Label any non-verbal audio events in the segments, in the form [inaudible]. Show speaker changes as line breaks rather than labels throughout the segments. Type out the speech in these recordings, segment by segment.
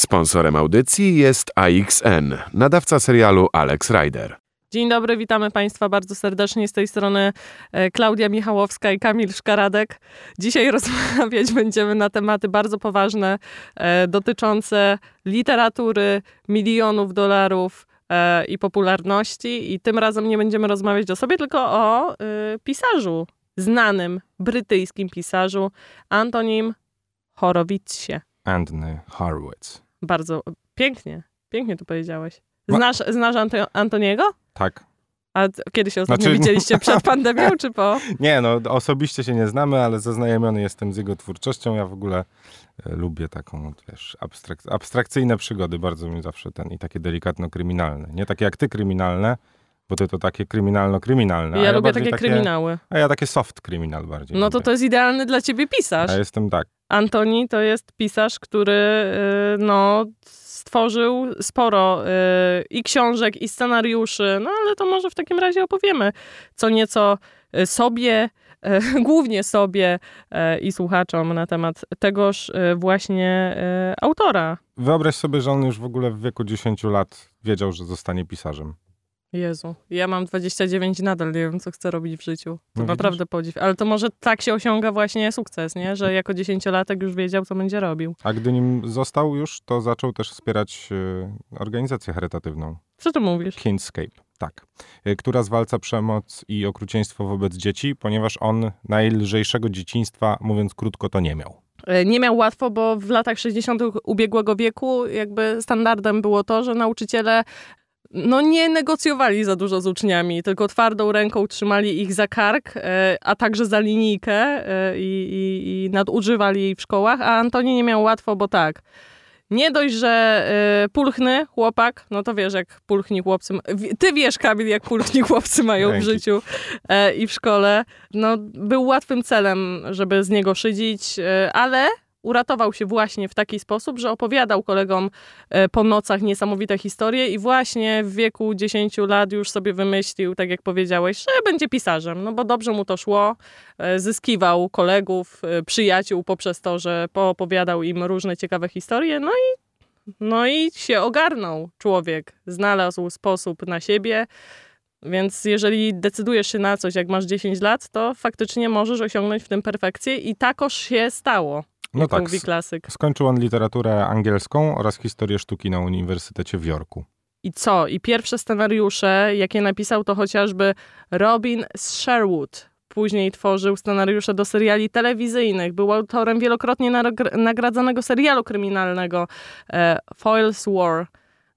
Sponsorem audycji jest AXN, nadawca serialu Alex Rider.
Dzień dobry, witamy Państwa bardzo serdecznie. Z tej strony e, Klaudia Michałowska i Kamil Szkaradek. Dzisiaj [laughs] rozmawiać będziemy na tematy bardzo poważne e, dotyczące literatury, milionów dolarów e, i popularności. I tym razem nie będziemy rozmawiać o sobie, tylko o e, pisarzu, znanym brytyjskim pisarzu Antonim Horowitzie.
Anthony Horowitz.
Bardzo pięknie, pięknie to powiedziałeś.
Ma-
Znasz, znasz Anto- Antoniego?
Tak.
A t- kiedy się ostatnio
Znaczy-
widzieliście?
[laughs]
Przed pandemią czy po?
Nie, no osobiście się nie znamy, ale zaznajomiony jestem z jego twórczością. Ja w ogóle e, lubię taką, wiesz, abstrak abstrakcyjne przygody. Bardzo mi zawsze ten i takie delikatno-kryminalne. Nie takie jak ty kryminalne, bo ty to takie kryminalno-kryminalne. a
Ja lubię
No, bardziej
takie, kryminały.
A ja takie soft kryminal bardziej
No to
lubię.
to jest idealny dla ciebie pisarz.
Ja jestem tak.
Antoni to jest pisarz, który y, no, stworzył sporo y, i książek, i scenariuszy, no ale to może w takim razie opowiemy co nieco y, sobie, y, [laughs] głównie sobie y, i słuchaczom na temat tegoż y, właśnie y, autora.
Wyobraź sobie, że on już w ogóle w wieku 10 lat wiedział, że zostanie pisarzem.
Jezu, ja mam 29 i nadal nie wiem, co chcę robić w życiu. To
No widzisz?
naprawdę podziw. Ale to może tak się osiąga właśnie sukces, nie? Że jako dziesięciolatek już wiedział, co będzie robił.
A gdy nim został już, to zaczął też wspierać e, organizację charytatywną.
Co tu mówisz?
Kinscape, tak, y, która zwalcza przemoc i okrucieństwo wobec dzieci, ponieważ on najlżejszego dzieciństwa, mówiąc krótko, to nie miał.
E, Nie miał łatwo, bo w latach 60. ubiegłego wieku jakby standardem było to, że nauczyciele no nie negocjowali za dużo z uczniami, tylko twardą ręką trzymali ich za kark, e, a także za linijkę e, i, i, i nadużywali jej w szkołach, a Antoni nie miał łatwo, bo tak. Nie dość, że e, pulchny chłopak, no to wiesz, jak pulchni chłopcy... ma- Wi- Ty wiesz, Kamil, jak pulchni chłopcy mają w
Dzięki.
życiu e, i w szkole. No, był łatwym celem, żeby z niego szydzić, e, ale uratował się właśnie w taki sposób, że opowiadał kolegom e, po nocach niesamowite historie i właśnie w wieku 10 lat już sobie wymyślił, tak jak powiedziałeś, że będzie pisarzem, no bo dobrze mu to szło, e, zyskiwał kolegów, e, przyjaciół poprzez to, że poopowiadał im różne ciekawe historie, no i no i się ogarnął człowiek, znalazł sposób na siebie, więc jeżeli decydujesz się na coś, jak masz 10 lat, to faktycznie możesz osiągnąć w tym perfekcję i takoż się stało,
No tak,
mówi
s-
klasyk.
skończył on literaturę angielską oraz historię sztuki na Uniwersytecie w Jorku.
I co? I pierwsze scenariusze, jakie napisał, to chociażby Robin z Sherwood. Później tworzył scenariusze do seriali telewizyjnych. Był autorem wielokrotnie narog- nagradzanego serialu kryminalnego e, Foils War.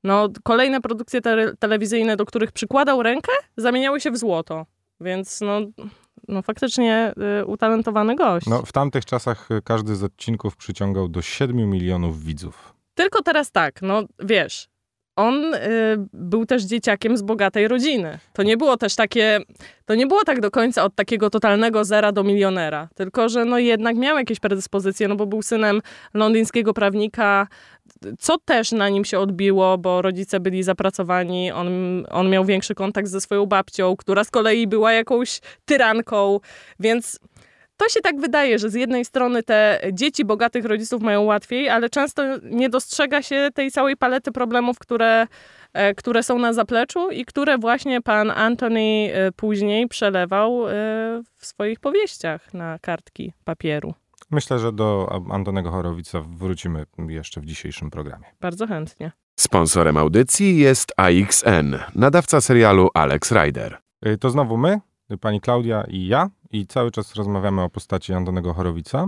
No, kolejne produkcje tele- telewizyjne, do których przykładał rękę, zamieniały się w złoto. Więc no, no faktycznie y, utalentowany gość.
No, w tamtych czasach y, każdy z odcinków przyciągał do 7 milionów widzów.
Tylko teraz tak, no wiesz, on y, był też dzieciakiem z bogatej rodziny. To nie było też takie, to nie było tak do końca od takiego totalnego zera do milionera, tylko że no jednak miał jakieś predyspozycje, no bo był synem londyńskiego prawnika, co też na nim się odbiło, bo rodzice byli zapracowani, on, on miał większy kontakt ze swoją babcią, która z kolei była jakąś tyranką, więc to się tak wydaje, że z jednej strony te dzieci bogatych rodziców mają łatwiej, ale często nie dostrzega się tej całej palety problemów, które, e, które są na zapleczu i które właśnie pan Anthony e, później przelewał e, w swoich powieściach na kartki papieru.
Myślę, że do a, Antonego Horowica wrócimy jeszcze w dzisiejszym programie.
Bardzo chętnie.
Sponsorem audycji jest AXN, nadawca serialu Alex Rider.
Y, To znowu my, y, pani Klaudia i ja, i cały czas rozmawiamy o postaci Antonego Chorowica.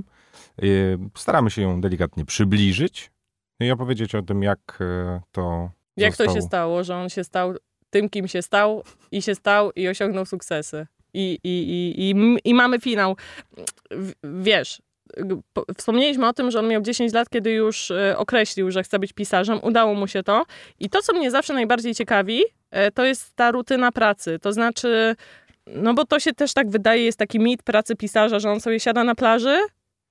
Y, Staramy się ją delikatnie przybliżyć no i opowiedzieć o tym, jak y, to.
Jak to
został.
się stało, że on się stał tym, kim się stał i się stał i osiągnął sukcesy. I, i, i, i, m- i mamy finał. W- Wiesz, g- po- wspomnieliśmy o tym, że on miał 10 lat, kiedy już e, określił, że chce być pisarzem. Udało mu się to. I to, co mnie zawsze najbardziej ciekawi, e, to jest ta rutyna pracy. To znaczy, no bo to się też tak wydaje, jest taki mit pracy pisarza, że on sobie siada na plaży,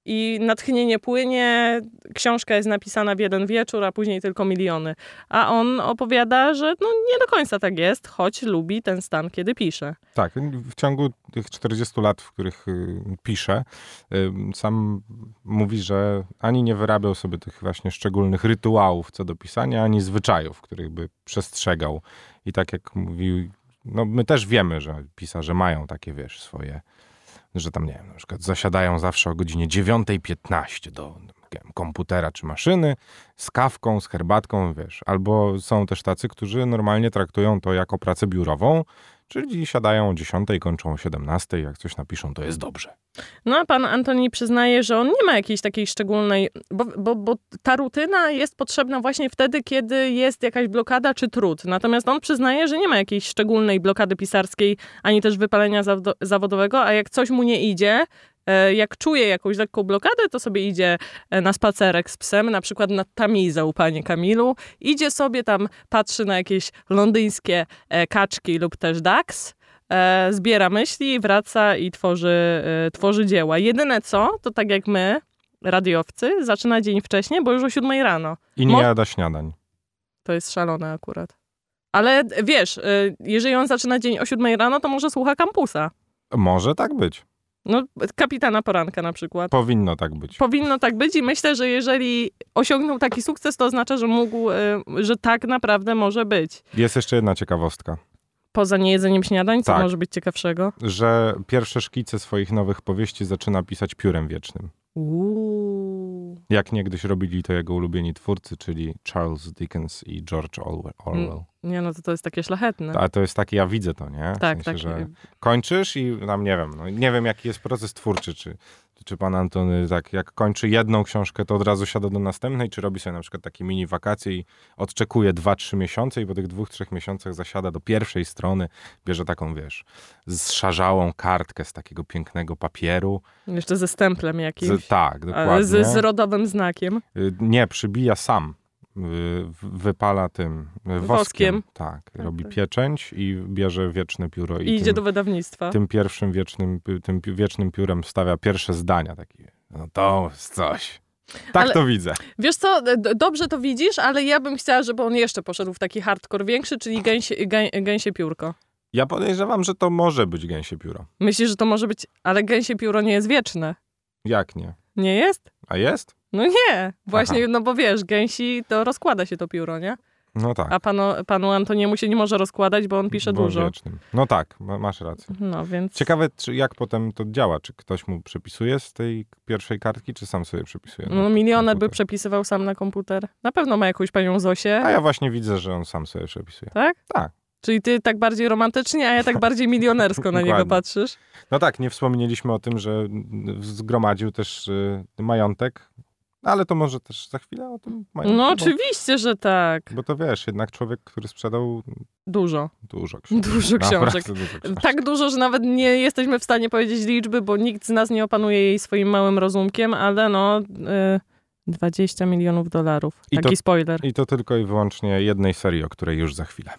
i natchnienie płynie, książka jest napisana w jeden wieczór, a później tylko miliony. A on opowiada, że no nie do końca tak jest, choć lubi ten stan, kiedy pisze.
Tak, w ciągu tych 40 lat, w których y, piszę, y, sam mówi, że ani nie wyrabiał sobie tych właśnie szczególnych rytuałów co do pisania, ani zwyczajów, których by przestrzegał. I tak jak mówił, no my też wiemy, że pisarze mają takie, wiesz, swoje, że tam, nie wiem, na przykład zasiadają zawsze o godzinie 9.15 do nie wiem, komputera czy maszyny, z kawką, z herbatką, wiesz. Albo są też tacy, którzy normalnie traktują to jako pracę biurową, Czyli siadają o 10, kończą o 17, jak coś napiszą, to jest dobrze.
No a pan Antoni przyznaje, że on nie ma jakiejś takiej szczególnej, bo, bo, bo ta rutyna jest potrzebna właśnie wtedy, kiedy jest jakaś blokada czy trud. Natomiast on przyznaje, że nie ma jakiejś szczególnej blokady pisarskiej, ani też wypalenia zawodo- zawodowego, a jak coś mu nie idzie, e, jak czuje jakąś lekką blokadę, to sobie idzie e, na spacerek z psem, na przykład nad Tamizą, panie Kamilu. Idzie sobie tam, patrzy na jakieś londyńskie e, kaczki lub też ducks, e, zbiera myśli, wraca i tworzy, e, tworzy dzieła. Jedyne co, to tak jak my, radiowcy, zaczyna dzień wcześniej, bo już o siódmej rano.
I nie
Mo-
jada śniadań.
To jest szalone akurat. Ale wiesz, e, jeżeli on zaczyna dzień o siódmej rano, to może słucha kampusa.
Może tak być.
No, kapitana poranka na przykład.
Powinno tak być.
Powinno tak być i myślę, że jeżeli osiągnął taki sukces, to oznacza, że mógł, e, że tak naprawdę może być.
Jest jeszcze jedna ciekawostka,
Poza niejedzeniem śniadań, co
Tak.
może być ciekawszego?
że pierwsze szkice swoich nowych powieści zaczyna pisać piórem wiecznym.
Uuu.
Jak niegdyś robili to jego ulubieni twórcy, czyli Charles Dickens i George Orwell. Orwell.
Nie no, to, to jest takie szlachetne.
A to jest takie, ja widzę to, nie? W
tak,
sensie,
tak.
Że kończysz i tam nie wiem, no, nie wiem jaki jest proces twórczy, czy, czy pan Antony tak jak kończy jedną książkę, to od razu siada do następnej, czy robi sobie na przykład takie mini wakacje i odczekuje 2-3 miesiące i po tych dwóch, trzech miesiącach zasiada do pierwszej strony, bierze taką, wiesz, zszarzałą kartkę z takiego pięknego papieru.
Jeszcze ze stemplem jakimś.
Z, tak,
Ale
dokładnie.
z, z rodowym znakiem.
Y, Nie, przybija sam. Y, w- Wypala tym y, woskiem.
Woskiem.
Tak, robi
tak.
pieczęć i bierze wieczne pióro. I,
I idzie
tym,
do wydawnictwa.
tym pierwszym wiecznym, pi- tym pi- wiecznym piórem stawia pierwsze zdania takie. No to jest coś. Tak
Ale-
to widzę.
Wiesz co, d- dobrze to widzisz, ale ja bym chciała, żeby on jeszcze poszedł w taki hardcore większy, czyli gęsie, gę, gęsie piórko.
Ja podejrzewam, że to może być gęsie pióro.
Myślisz, że to może być... Ale gęsie pióro nie jest wieczne.
Jak nie?
Nie jest?
A jest?
No nie. Właśnie, no bo wiesz, gęsi to rozkłada się to pióro, nie?
No tak.
A panu, panu Antoniemu się nie może rozkładać, bo on pisze
Było
dużo.
Wiecznym. No tak, ma- masz rację.
No więc...
Ciekawe, czy jak potem to działa. Czy ktoś mu przepisuje z tej pierwszej kartki, czy sam sobie przepisuje? na
No, milioner by
komputer?
przepisywał sam na komputer. Na pewno ma jakąś panią Zosię.
A ja właśnie widzę, że on sam sobie przepisuje.
Tak?
Tak.
Czyli ty tak bardziej romantycznie, a ja tak bardziej milionersko na niego
Dokładnie.
patrzysz.
No tak, nie wspomnieliśmy o tym, że mm, zgromadził też y, majątek, ale to może też za chwilę o tym majątku.
No
bo-
oczywiście, że tak.
Bo to wiesz, jednak człowiek, który sprzedał
Dużo.
dużo książek.
[laughs] Dużo
Naprawdę
książek.
dużo książek.
Tak dużo, że nawet nie jesteśmy w stanie powiedzieć liczby, bo nikt z nas nie opanuje jej swoim małym rozumkiem, ale no y, 20 milionów dolarów.
I
Taki
to-
spoiler.
I to tylko i wyłącznie jednej serii, o której już za chwilę.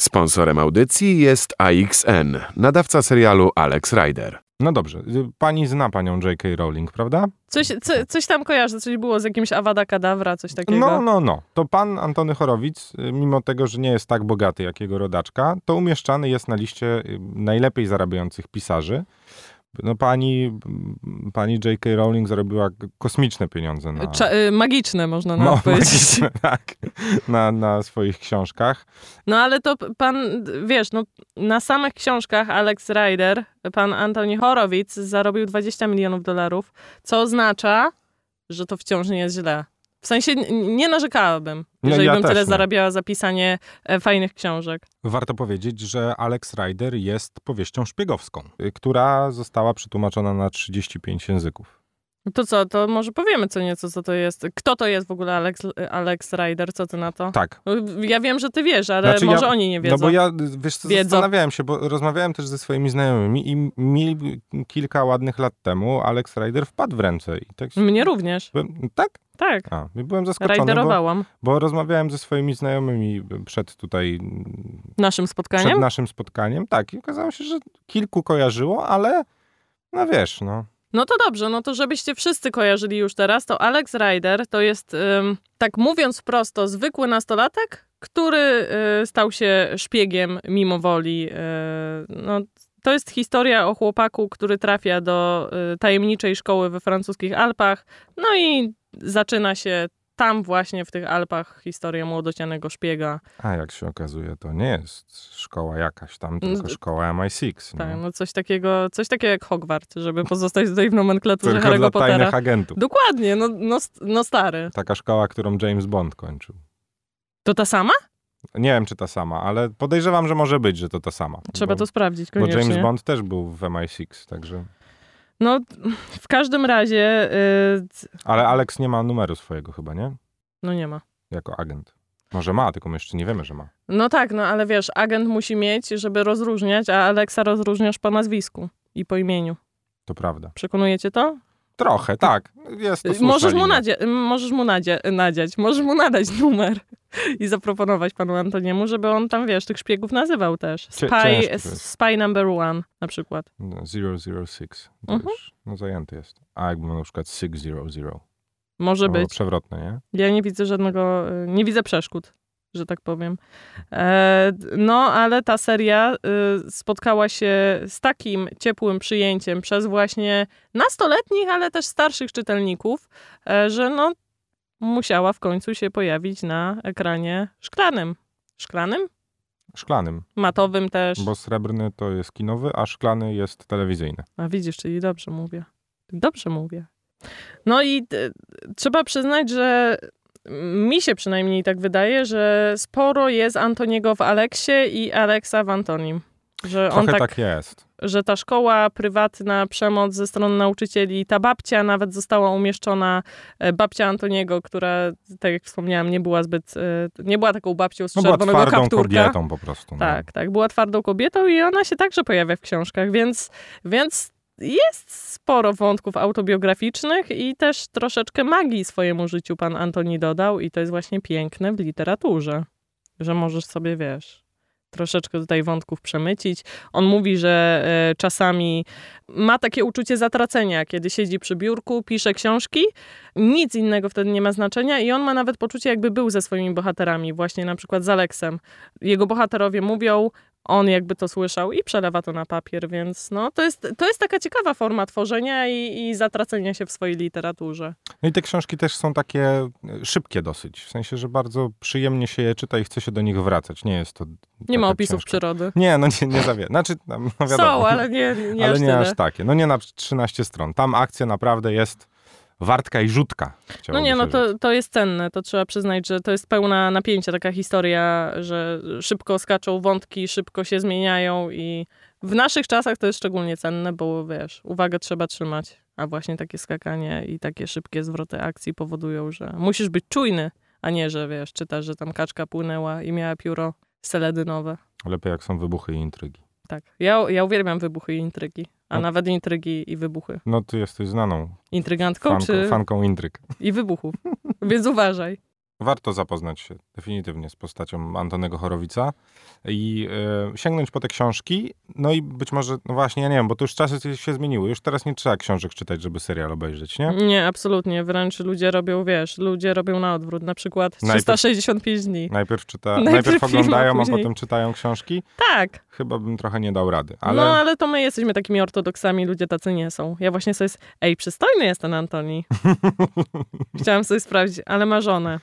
Sponsorem audycji jest AXN, nadawca serialu Alex Rider.
No dobrze, y, pani zna panią J.K. Rowling, prawda?
Coś, co, coś tam kojarzę, coś było z jakimś Awada Kadawra, coś takiego.
No, no, no. To pan Antony Chorowic, y, mimo tego, że nie jest tak bogaty jak jego rodaczka, to umieszczany jest na liście y, najlepiej zarabiających pisarzy. No pani, m, pani J.K. Rowling zarobiła k- kosmiczne pieniądze na... [laughs]
Cza- y, magiczne można
Mo-
nawet powiedzieć.
No, [laughs] magiczne, tak, na, na swoich książkach.
No ale to p- pan, d- wiesz, no, na samych książkach Alex Rider, pan Antoni Horowitz zarobił 20 milionów dolarów, co oznacza, że to wciąż nie jest źle. W sensie n- nie narzekałabym,
No,
jeżeli
ja
bym
też
tyle
nie.
zarabiała za pisanie e, fajnych książek.
Warto powiedzieć, że Alex Rider jest powieścią szpiegowską, y, która została przetłumaczona na 35 języków.
To co, to może powiemy co nieco, co to jest. Kto to jest w ogóle Alex, Alex Rider, co ty na to?
Tak,
No, Ja wiem, że ty wiesz, ale
Znaczy,
może
ja-
oni nie wiedzą.
No bo ja, y, wiesz co,
Wiedzą.
zastanawiałem się, bo rozmawiałem też ze swoimi znajomymi i mi kilka ładnych lat temu Alex Rider wpadł w ręce. I tak,
Mnie również,
byłem, tak?
tak.
A, i byłem zaskoczony, no bo,
Riderowałam
bo rozmawiałem ze swoimi znajomymi przed tutaj, mm,
naszym
przed
spotkaniem.
naszym spotkaniem. Tak, i okazało się, że kilku kojarzyło, ale no wiesz, no.
No to dobrze, no to żebyście wszyscy kojarzyli już teraz, to Alex Rider to jest, ym, tak mówiąc prosto, zwykły nastolatek, który y, stał się szpiegiem mimo woli. y, no, to jest historia o chłopaku, który trafia do y, tajemniczej szkoły we francuskich Alpach, no i zaczyna się tam właśnie w tych Alpach historia młodocianego szpiega.
A jak się okazuje, to nie jest szkoła jakaś tam, tylko
No,
szkoła MI6.
Tak,
nie?
no coś takiego, coś takiego jak Hogwart, żeby pozostać tutaj w nomenklaturze
Tylko
Harry'ego
dla
Pottera.
tajnych agentów.
Dokładnie, no, no, st- no stary.
Taka szkoła, którą James Bond kończył.
To ta sama?
Nie wiem, czy ta sama, ale podejrzewam, że może być, że to ta sama.
Trzeba
bo,
to sprawdzić
No. Bo
koniecznie.
James Bond też był w MI6, także...
No, w każdym razie, y, c-
Ale Alex nie ma numeru swojego chyba, nie?
no nie ma.
Jako agent. Może ma, tylko my jeszcze nie wiemy, że ma.
No tak, no ale wiesz, agent musi mieć, żeby rozróżniać, a Aleksa rozróżniasz po nazwisku i po imieniu.
To prawda.
Przekonuje cię to?
Trochę, tak. Jest to
Y,
słuszna
Możesz mu,
linia.
nadzie- możesz mu nadzie- y, nadziać, możesz mu nadać [laughs] numer i zaproponować panu Antoniemu, żeby on tam, wiesz, tych szpiegów nazywał też.
Cie-
Spy,
ciężko to jest.
spy number one na przykład.
No, 006. To
Mhm.
już, no zajęty jest. A jakby miał na przykład 600.
Może
Albo
być.
Przewrotne, nie?
Ja nie widzę żadnego, y, nie widzę przeszkód, że tak powiem. E, No, ale ta seria y, spotkała się z takim ciepłym przyjęciem przez właśnie nastoletnich, ale też starszych czytelników, e, że no, musiała w końcu się pojawić na ekranie szklanym. Szklanym?
Szklanym.
Matowym też.
Bo srebrny to jest kinowy, a szklany jest telewizyjny.
A widzisz, czyli dobrze mówię. Dobrze mówię. No i e, trzeba przyznać, że mi się przynajmniej tak wydaje, że sporo jest Antoniego w Aleksie i Aleksa w Antonim. Że on
Trochę
tak,
tak, jest.
że ta szkoła prywatna, przemoc ze strony nauczycieli, ta babcia nawet została umieszczona, e, babcia Antoniego, która, tak jak wspomniałam, nie była zbyt, e, nie była taką babcią z
No była
czerwonego
twardą
kapturka.
kobietą po prostu. no.
Tak, tak. Była twardą kobietą i ona się także pojawia w książkach, więc, więc jest sporo wątków autobiograficznych i też troszeczkę magii swojemu życiu pan Antoni dodał i to jest właśnie piękne w literaturze, że możesz sobie, wiesz, troszeczkę tutaj wątków przemycić. On mówi, że e, czasami ma takie uczucie zatracenia, kiedy siedzi przy biurku, pisze książki, nic innego wtedy nie ma znaczenia i on ma nawet poczucie, jakby był ze swoimi bohaterami, właśnie na przykład z Aleksem jego bohaterowie mówią, on jakby to słyszał i przelewa to na papier, więc no, to, jest, to jest taka ciekawa forma tworzenia i, i zatracenia się w swojej literaturze.
No i te książki też są takie e, szybkie dosyć. W sensie, że bardzo przyjemnie się je czyta i chce się do nich wracać. Nie jest to.
Nie ma
taka
opisów
książka-
przyrody.
Nie, no nie, nie zawiera. Znaczy, tam, no wiadomo.
Są, ale nie, nie
[laughs] ale
aż
nie
tyle.
aż takie. No nie na 13 stron. Tam akcja naprawdę jest wartka i rzutka.
No
chciałoby
nie, no
się rzec.
to, to jest cenne, to trzeba przyznać, że to jest pełna napięcia taka historia, że szybko skaczą wątki, szybko się zmieniają i w naszych czasach to jest szczególnie cenne, bo wiesz, uwagę trzeba trzymać, a właśnie takie skakanie i takie szybkie zwroty akcji powodują, że musisz być czujny, a nie, że wiesz, czytasz, że tam kaczka płynęła i miała pióro seledynowe.
Lepiej jak są wybuchy i intrygi.
Tak, ja, ja uwielbiam wybuchy i intrygi, a
No.
nawet intrygi i wybuchy.
No ty jesteś znaną
Intrygantką
fanką,
czy
fanką intryg.
i wybuchów, więc uważaj.
Warto zapoznać się definitywnie z postacią Antonego Chorowica i e, sięgnąć po te książki. No i być może, no właśnie, ja nie wiem, bo to już czasy się zmieniły. Już teraz nie trzeba książek czytać, żeby serial obejrzeć, nie?
Nie, absolutnie. Wręcz ludzie robią, wiesz, ludzie robią na odwrót. Na przykład
Najpierw- No.
365 dni.
Najpierw, czyta,
[laughs] Najpierw
najpierw,
film, a
oglądają, a
później-
potem czytają książki.
Tak.
Chyba bym trochę nie dał rady, ale...
No, ale to my jesteśmy takimi ortodoksami, ludzie tacy nie są. Ja właśnie sobie... s- Ej, przystojny jest ten
[laughs]
Antoni. Chciałam sobie sprawdzić, ale ma żonę.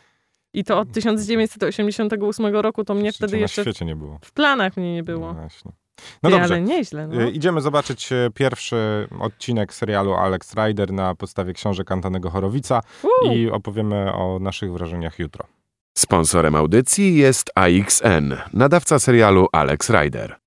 I to od 1988 roku, to mnie
Jeszcze
wtedy
cię
jeszcze
Na świecie nie było.
w planach mnie nie było.
No, właśnie. no
Ty,
dobrze,
ale nieźle, no.
Y, Idziemy zobaczyć y, pierwszy odcinek serialu Alex Rider na podstawie książek Antonego Chorowica
Uuu.
i opowiemy o naszych wrażeniach jutro.
Sponsorem audycji jest AXN, nadawca serialu Alex Rider.